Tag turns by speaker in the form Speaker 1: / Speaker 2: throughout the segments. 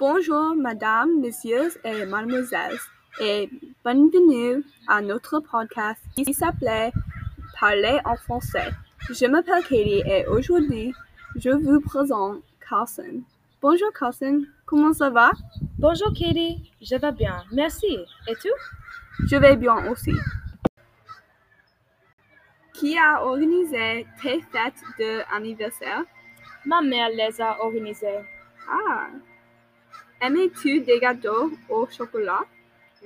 Speaker 1: Bonjour Madame, Messieurs et Mademoiselles, et bienvenue à notre podcast qui s'appelait Parler en français. Je m'appelle Katie et aujourd'hui, je vous présente Carson. Bonjour Carson, comment ça va?
Speaker 2: Bonjour Katie, je vais bien, merci. Et tu
Speaker 1: Je vais bien aussi. Qui a organisé tes fêtes d'anniversaire?
Speaker 2: Ma mère les a organisés.
Speaker 1: Ah! Aimais-tu des gâteaux au chocolat?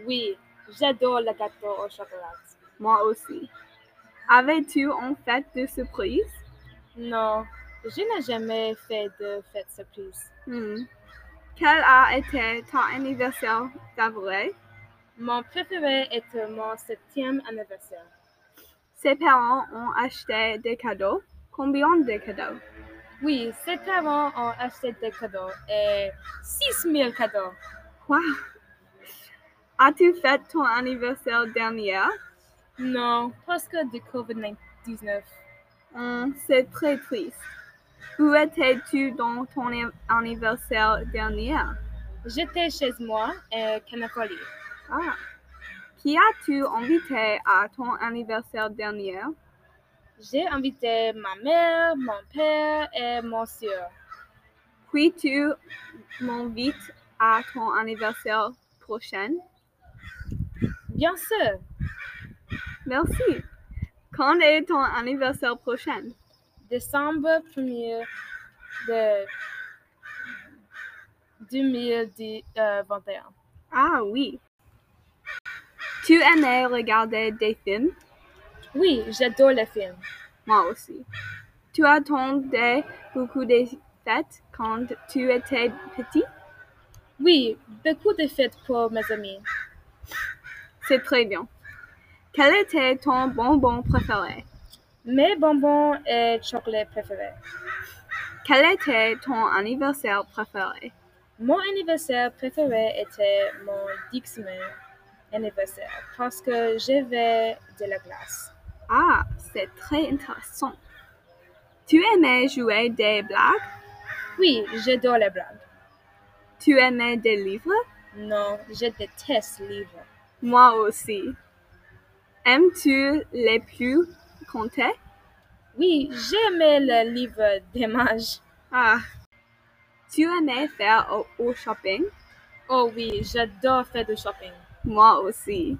Speaker 2: Oui, j'adore le gâteau au chocolat.
Speaker 1: Moi aussi. Avais-tu en fait de surprise?
Speaker 2: Non, je n'ai jamais fait de fête surprise.
Speaker 1: Hmm. Quel a été ton anniversaire favori?
Speaker 2: Mon préféré était mon septième anniversaire.
Speaker 1: Ses parents ont acheté des cadeaux. Combien de cadeaux?
Speaker 2: Oui, ses parents ont acheté des cadeaux et 6000 cadeaux.
Speaker 1: Wow! As-tu fait ton anniversaire dernier?
Speaker 2: Non, parce que du COVID-19.
Speaker 1: Hmm, C'est très triste. Où étais-tu dans ton an- anniversaire dernier?
Speaker 2: J'étais chez moi à Canapolis.
Speaker 1: Ah. Qui as-tu invité à ton anniversaire dernier?
Speaker 2: J'ai invité ma mère, mon père et mon soeur.
Speaker 1: Puis tu m'invites à ton anniversaire prochain?
Speaker 2: Bien sûr,
Speaker 1: Merci. Quand est ton anniversaire prochain?
Speaker 2: décembre 1er de 2021.
Speaker 1: Ah oui. Tu aimais regarder des films?
Speaker 2: Oui, j'adore les films.
Speaker 1: Moi aussi. Tu attendais beaucoup de fêtes quand tu étais petit?
Speaker 2: Oui, beaucoup de fêtes pour mes amis.
Speaker 1: C'est très bien. Quel était ton bonbon préféré?
Speaker 2: Mes bonbons et chocolats préférés.
Speaker 1: Quel était ton anniversaire préféré?
Speaker 2: Mon anniversaire préféré était mon dixième anniversaire parce que j'avais de la glace.
Speaker 1: Ah, c'est très intéressant. Tu aimais jouer des blagues?
Speaker 2: Oui, j'adore les blagues.
Speaker 1: Tu aimais des livres?
Speaker 2: Non, je déteste les livres.
Speaker 1: Moi aussi. Aimes-tu les plus comptés?
Speaker 2: Oui, j'aimais le livre des mages.
Speaker 1: Ah. Tu aimais faire au, au shopping?
Speaker 2: Oh oui, j'adore faire du shopping.
Speaker 1: Moi aussi.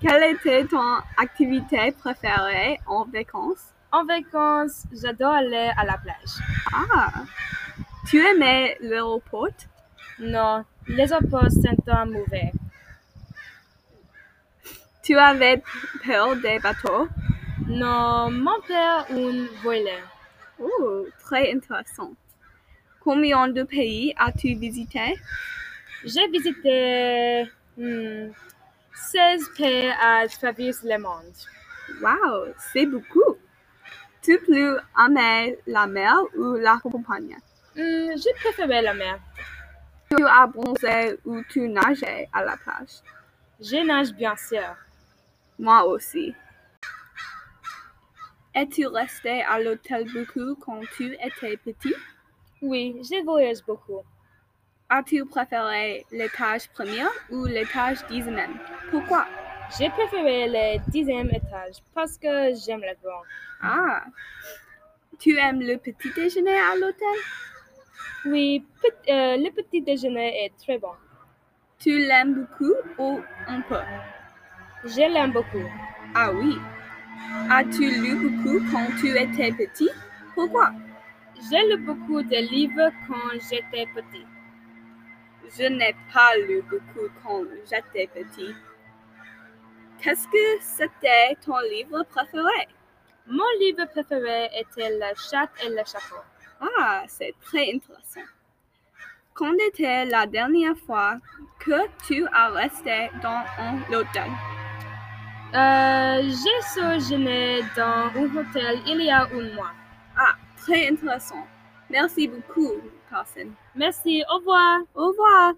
Speaker 1: Quelle était ton activité préférée en vacances?
Speaker 2: En vacances, j'adore aller à la plage.
Speaker 1: Ah. Tu aimais l'aéroport?
Speaker 2: Non, les apports sont un mauvais.
Speaker 1: Tu avais peur des bateaux?
Speaker 2: Non, mon père un voleur.
Speaker 1: Oh, très intéressant. Combien de pays as-tu visité?
Speaker 2: J'ai visité hmm, 16 pays à travers le monde.
Speaker 1: Wow, c'est beaucoup. Tu plus aimais la mer ou la campagne?
Speaker 2: Hmm, je préférais la mer.
Speaker 1: Tu as bronzé ou tu nageais à la plage?
Speaker 2: Je nage bien sûr.
Speaker 1: Moi aussi. Es-tu resté à l'hôtel beaucoup quand tu étais petit?
Speaker 2: Oui, je voyage beaucoup.
Speaker 1: As-tu préféré l'étage premier ou l'étage dixième? Pourquoi?
Speaker 2: J'ai préféré le dixième étage parce que j'aime la grande.
Speaker 1: Ah! Tu aimes le petit déjeuner à l'hôtel?
Speaker 2: Oui, pet- euh, le petit déjeuner est très bon.
Speaker 1: Tu l'aimes beaucoup ou un peu?
Speaker 2: Je l'aime beaucoup.
Speaker 1: Ah oui. As-tu lu beaucoup quand tu étais petit? Pourquoi?
Speaker 2: J'ai lu beaucoup de livres quand j'étais petit.
Speaker 1: Je n'ai pas lu beaucoup quand j'étais petit. Qu'est-ce que c'était ton livre préféré?
Speaker 2: Mon livre préféré était La chatte et le chapeau.
Speaker 1: Ah, c'est très intéressant. Quand était la dernière fois que tu as resté dans un hôtel?
Speaker 2: Euh, j'ai sojourné dans un hôtel il y a un mois.
Speaker 1: Ah, très intéressant. Merci beaucoup, Carson.
Speaker 2: Merci, au revoir.
Speaker 1: Au revoir.